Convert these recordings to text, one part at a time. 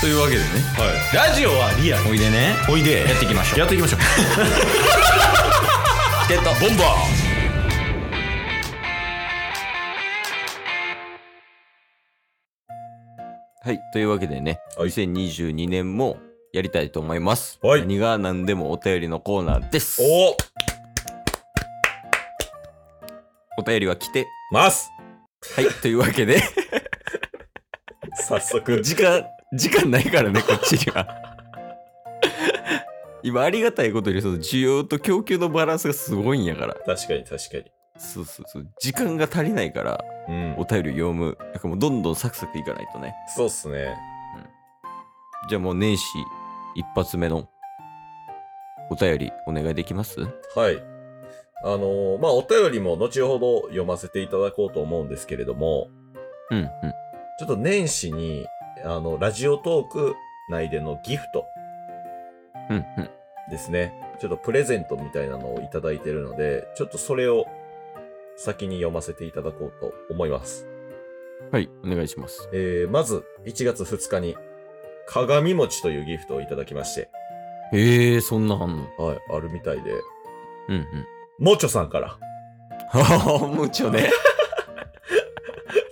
というわけでねラジオはリアルおいでねおいでやっていきましょうやってい きましょうチケットボンバーはい。というわけでね、はい2022年もやりたいと思います。はい何が何でもお便りのコーナーです。おーお便りは来て。ますはい。というわけ で、早速時間、時間ないからね、こっちには。今、ありがたいことに、その需要と供給のバランスがすごいんやから。確かに確かにそうそうそう。時間が足りないから、うんお便り読む。なんかもうどんどんサクサクいかないとね。そうっすねじゃあもう年始一発目のお便りお願いできますはいあのーまあお便りも後ほど読ませていただこうと思うんですけれどもうんうん。ちょっと年始にあのラジオトーク内でのギフトうんうん。ですねちょっとプレゼントみたいなのをいただいてるのでちょっとそれを先に読ませていただこうと思いますはい、お願いします。えーまず、1月2日に、鏡餅というギフトをいただきまして、へえー、そんな反応。はい、あるみたいで、うんうん。もちょさんから。 は は、むちょね。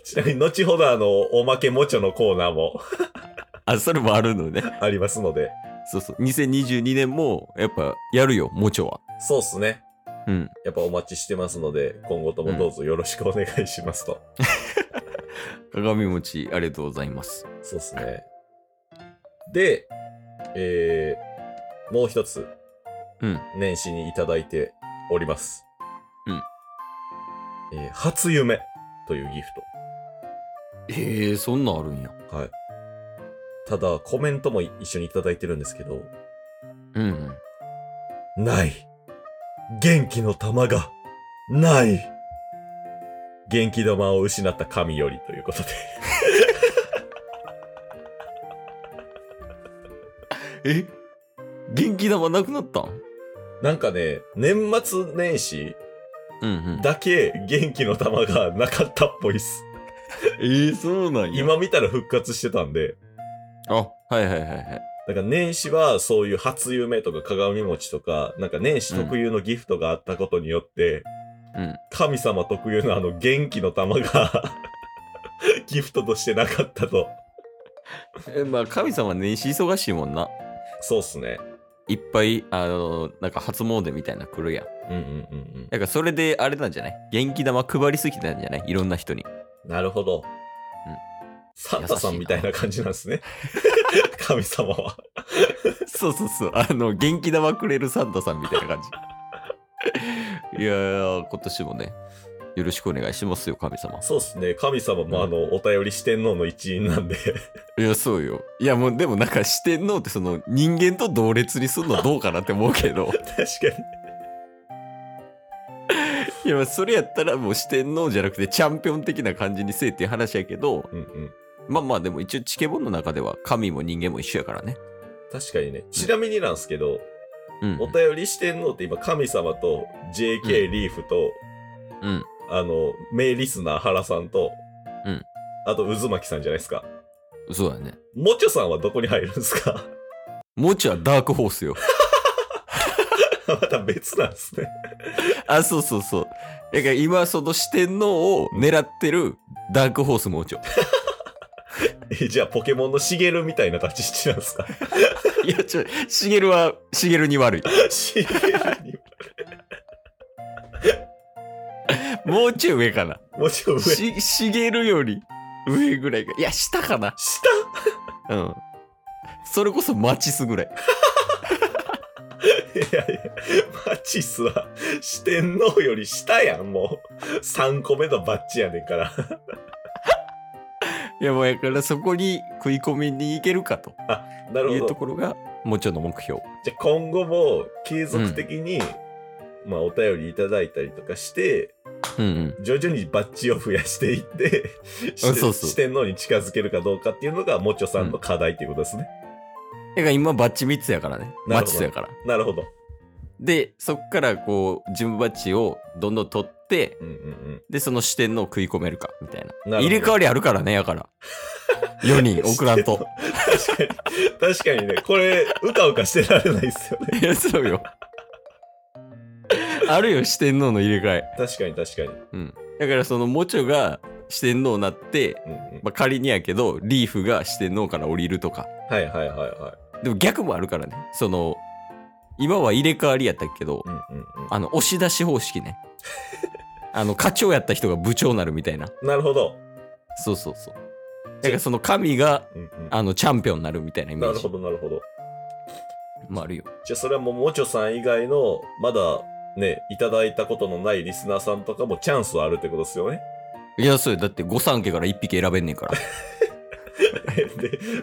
ちなみに、後ほどあの、おまけもちょのコーナーも あ、それもあるのね。ありますので、 そうそう。2022年も、やっぱ、やるよ、もちょは。そうっすね。うん。やっぱお待ちしてますので、今後ともどうぞよろしくお願いしますと。鏡餅、ありがとうございます。そうっすね。で、えー、もう一つ、うん。年始にいただいております。うん。えー、初夢というギフト。へえー、そんなんあるんや。はい。ただ、コメントも一緒にいただいてるんですけど、うんうん。ない。元気の玉が、ない。元気玉を失った神よりということで。 え元気玉なくなったんなんかね、年末年始うんうん。だけ元気の玉がなかったっぽいっす。えー、そうなんや。。今見たら復活してたんで、あ、はいはいはいはい。だから年始はそういう初夢とか鏡餅とか、なんか年始特有のギフトがあったことによって、うん。神様特有のあの元気の玉が ギフトとしてなかったと。えまあ神様年始忙しいもんなそうっすね。いっぱいあのなんか初詣みたいなの来るやんうんうんうんうん。だからそれであれなんじゃない元気玉配りすぎたんじゃないいろんな人になるほど。うんサンタさんみたいな感じなんですね。 神様は。 そうそうそうあの元気玉くれるサンタさんみたいな感じ いやー今年もねよろしくお願いしますよ神様そうっすね。神様もあの、お便り四天王の一員なんで。いやそうよいやもうでもなんか四天王ってその人間と同列にするのどうかなって思うけ ど確かに。いやまあそれやったらもう四天王じゃなくてチャンピオン的な感じにせえっていう話やけど、 うんうん。まあまあでも一応チケボンの中では神も人間も一緒やからね。確かにね。ちなみになんですけど、うんお。便り四天王って今、神様と JK リーフと、うん。あの、名リスナー原さんと、うんあと渦巻さんじゃないですか。そうだね。もちょさんはどこに入るんですか もちはダークホースよ。また別なんですね。あ、そうそうそう。だから今その四天王を狙ってるダークホースもちょ。えじゃあ、ポケモンのシゲルみたいな立ち位置なんですか いや、ちょ、しげるは、しげるに悪い。シゲルに。もうちょい上かな。もちろん上。し、下しげるより上ぐらいか。いや、下かな。うん。それこそマチスぐらい。いやいや、マチスは四天王より下やん、もう。3個目のバッチやねんから。 いや、もうやからそこに食い込みに行けるかとなるいうほとど。ころが、もちょの目標。じゃあ今後も継続的に、まあお便りいただいたりとかして、うんうん。徐々にバッチを増やしていって、そう四そう天四天王に近づけるかどうかっていうのが、もちょさんの課題っていうことですね。だから今バッチ3つやからね。なマるほどチスやから。なるほど。で、そっからこう、順バッチをどんどん取って、うんうんうん。で、その視点のを食い込めるか、みたいな。なるほど 入れ替わりあるからね、やから。 4人送らんと。確かに。確かにね、これ、うかうかしてられないですよね。いや、 そうよ。あるよ、四天王の入れ替え。確かに確かに。うん。だから、その、モチョが四天王になって、うんうん、まあ、仮にやけど、リーフが四天王から降りるとか。はいはいはいはい。でも逆もあるからね。その、今は入れ替わりやったけどう、んうんあの、押し出し方式 ね。あの、課長やった人が部長になるみたいな。うん。なるほど。そうそうそう。だから、その神が、うんうん、あの、チャンピオンになるみたいなイメなーるほジどなるほど。もあるよ。じゃあそれはもうもちょさん以外のまだねいただいたことのないリスナーさんとかもチャンスはあるってことですよね。 いや、そうよ。だって、御三家から一匹選べんねんから。で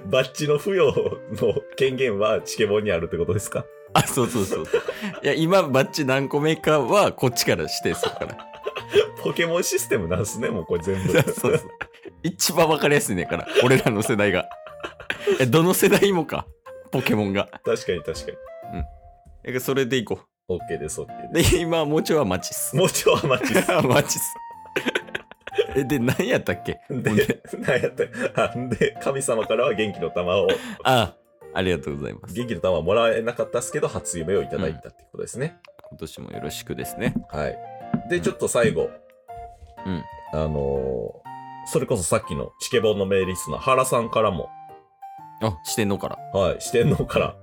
バッジの付与の権限はチケボンにあるってことですか あ、そうそうそうそう。 いや、今、バッチ何個目かは、こっちから指定するから。ポケモンシステムなんですねもうこれ全部。 そうそう。一番わかりやすいねんから、俺らの世代が。 いやどの世代もか、ポケモンが。確かに確かに。だからそれでいこ OK です OK う。でで、今、もうちょいはマチスす。。もちょはマチです。 マチス。 え、で、何やったっけほんでで、なんやったあで、神様からは元気の玉を、あ、ありがとうございます。元気の玉はもらえなかったですけど、初夢をいただいたってことですね。今年もよろしくですね。はい。で、ちょっと最後。うん。あのーそれこそさっきのチケボンの名リスナー、原さんからも、あ、してんのから。はい、四天王から、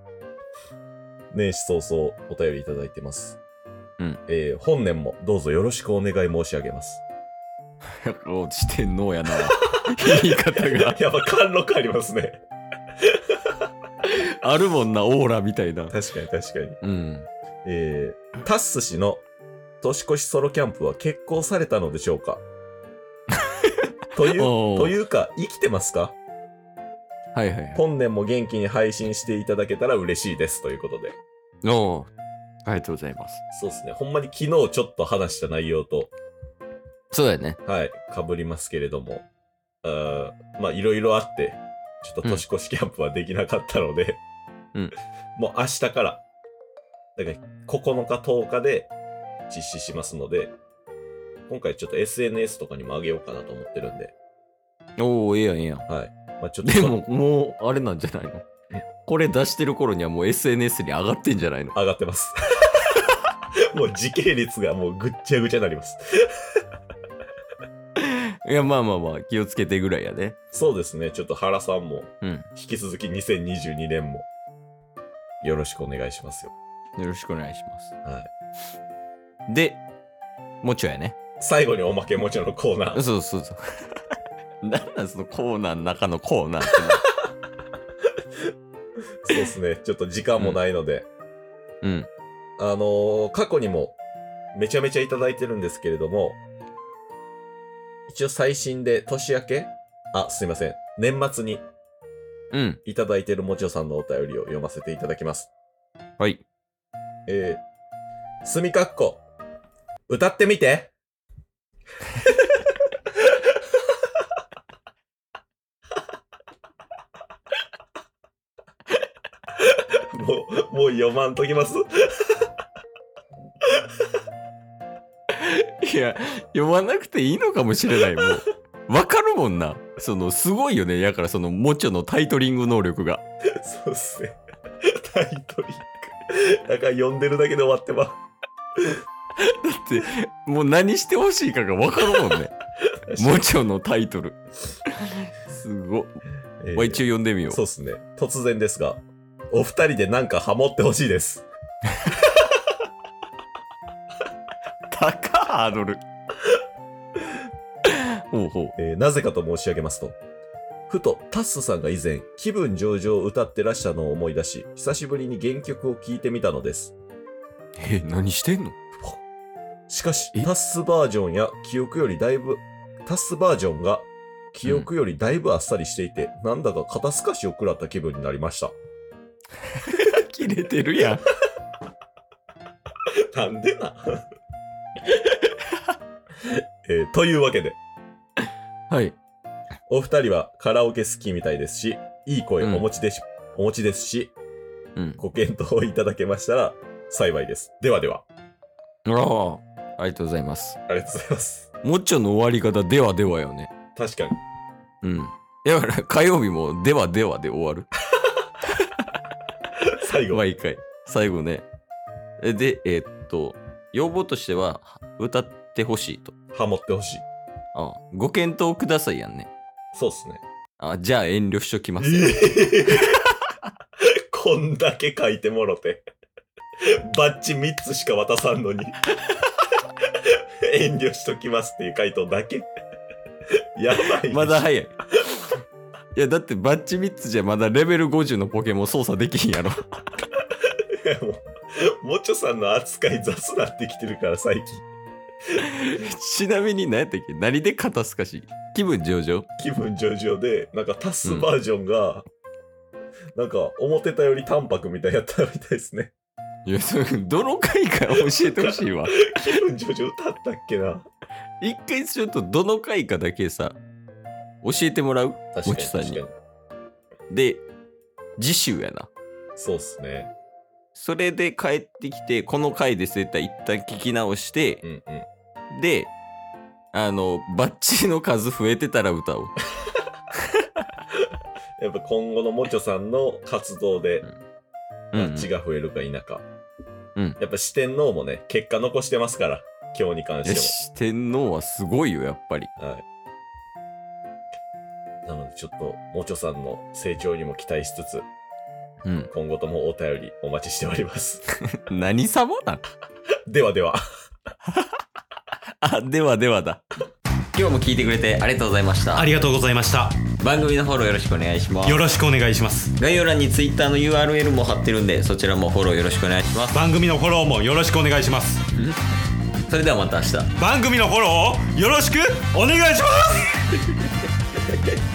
年始早々お便りいただいてます。うん。えー本年もどうぞよろしくお願い申し上げます。 おしてんのやな。 言い方が。 やっぱ貫禄ありますね。あるもんな、オーラみたいな。確かに確かに。うん。えー、タッス氏の年越しソロキャンプは結婚されたのでしょう かという、おーというか、生きてますかはいはいはい。本年も元気に配信していただけたら嬉しいです。ということで。おありがとうございます。そうですね。ほんまに昨日ちょっと話した内容と、そうだよね。はい、かぶりますけれども、あーまあ、いろいろあって、ちょっと年越しキャンプはできなかったので、うん もう明日から、だから9日、10日で実施しますので、今回ちょっと SNS とかにも上げようかなと思ってるんで、おお、ええやん、ええやん。はい。まあ、ちょっとでも、もう、あれなんじゃないのこれ出してる頃にはもう SNS に上がってんじゃないの上がってます。 もう時系列がもうぐっちゃぐちゃになります。いや、まあまあまあ、気をつけてぐらいやね。そうですね、ちょっと原さんもうん。引き続き2022年もよろしくお願いしますよ。よろしくお願いします。はい。で、もちろんやね。最後におまけもちろんのコーナー。そうそう そう。なんなんそのコーナーの中のコーナーってな。そうですね。ちょっと時間もないので。うん。あのー過去にもめちゃめちゃいただいてるんですけれども、一応最新で年明けあ、すいません。年末にうん。いただいてるもちおさんのお便りを読ませていただきます。はい。えー、すみかっこ、歌ってみてもう、もう読まんときますいや、読まなくていいのかもしれない、もう。わかるもんな。その、すごいよね。やから、その、もちょのタイトリング能力が。そうっすね。タイトリング。なんか読んでるだけで終わってまだって、もう何してほしいかがわかるもん ね。す。もちろんのタイトル。すごい。えーまあ一応読んでみよそうっすね。突然ですが、お二人でなんかハモってほしいです。う。高ハードル。ほうほう。えーなぜかと申し上げますと、ふとタッスさんが以前、気分上々を歌ってらしたのを思い出し、久しぶりに原曲を聴いてみたのです。え、何してんのしかし、えタッスバージョンや記憶よりだいぶ、タッスバージョンが記憶よりだいぶあっさりしていて、なんだか肩透かしを食らった気分になりました。切れてるやん。なんでなえーというわけで、はい。お二人はカラオケ好きみたいですし、いい声うんお持ちでし、お持ちですし、うん。ご検討いただけましたら幸いです。ではでは、ああ。ありがとうございます。ありがとうございます。もちょの終わり方ではではよね。確かに。うん。やばいな火曜日も、ではではで終わる。最後。毎回。最後ね。えで、えーっと、要望としては、歌ってほしいと。ハモってほしい。あご検討くださいやんね。そうっすね。あじゃあ遠慮しときます。ええ こんだけ書いてもろて。バッジ3つしか渡さんのに。遠慮しときますっていう回答だけ。やばい。まだ早い。いや、だってバッチ3つじゃまだレベル50のポケモン操作できひんやろ。 もう、もちょさんの扱い雑なってきてるから、最近。ちなみに何やったっけ何で肩透かし気分上々気分上々で、なんか足すバージョンが、なんか思ってたより淡白みたいやったみたいです ね。いや、 それどの回か教えてほしいわ。気分上々歌ったっけな。一回ちょっとどの回かだけさ、教えてもらうもちさんに確かで、次週やな。そうっすね。それで帰ってきて、この回ですって一旦聞き直してう、んうん。で、あの、バッチの数増えてたら歌 おう。やっぱ今後のもちょさんの活動でうんうんバッチが増えるか否か。うんやっぱ四天王もね、結果残してますから、今日に関いやして四天王はすごいよ、やっぱり。も。はい。なのでちょっと、もちょさんの成長にも期待しつつ、うん。今後ともお便りお待ちしております。 何様だではでは。 あ、ではではだ。 今日も聞いてくれてありがとうございましたあ。りがとうございました。番組のフォローよろしくお願いしますよ。ろしくお願いします。概要欄に Twitter の URL も貼ってるんで、そちらもフォローよろしくお願いします。番組のフォローもよろしくお願いします。それではまた明日。番組のフォローをよろしくお願いします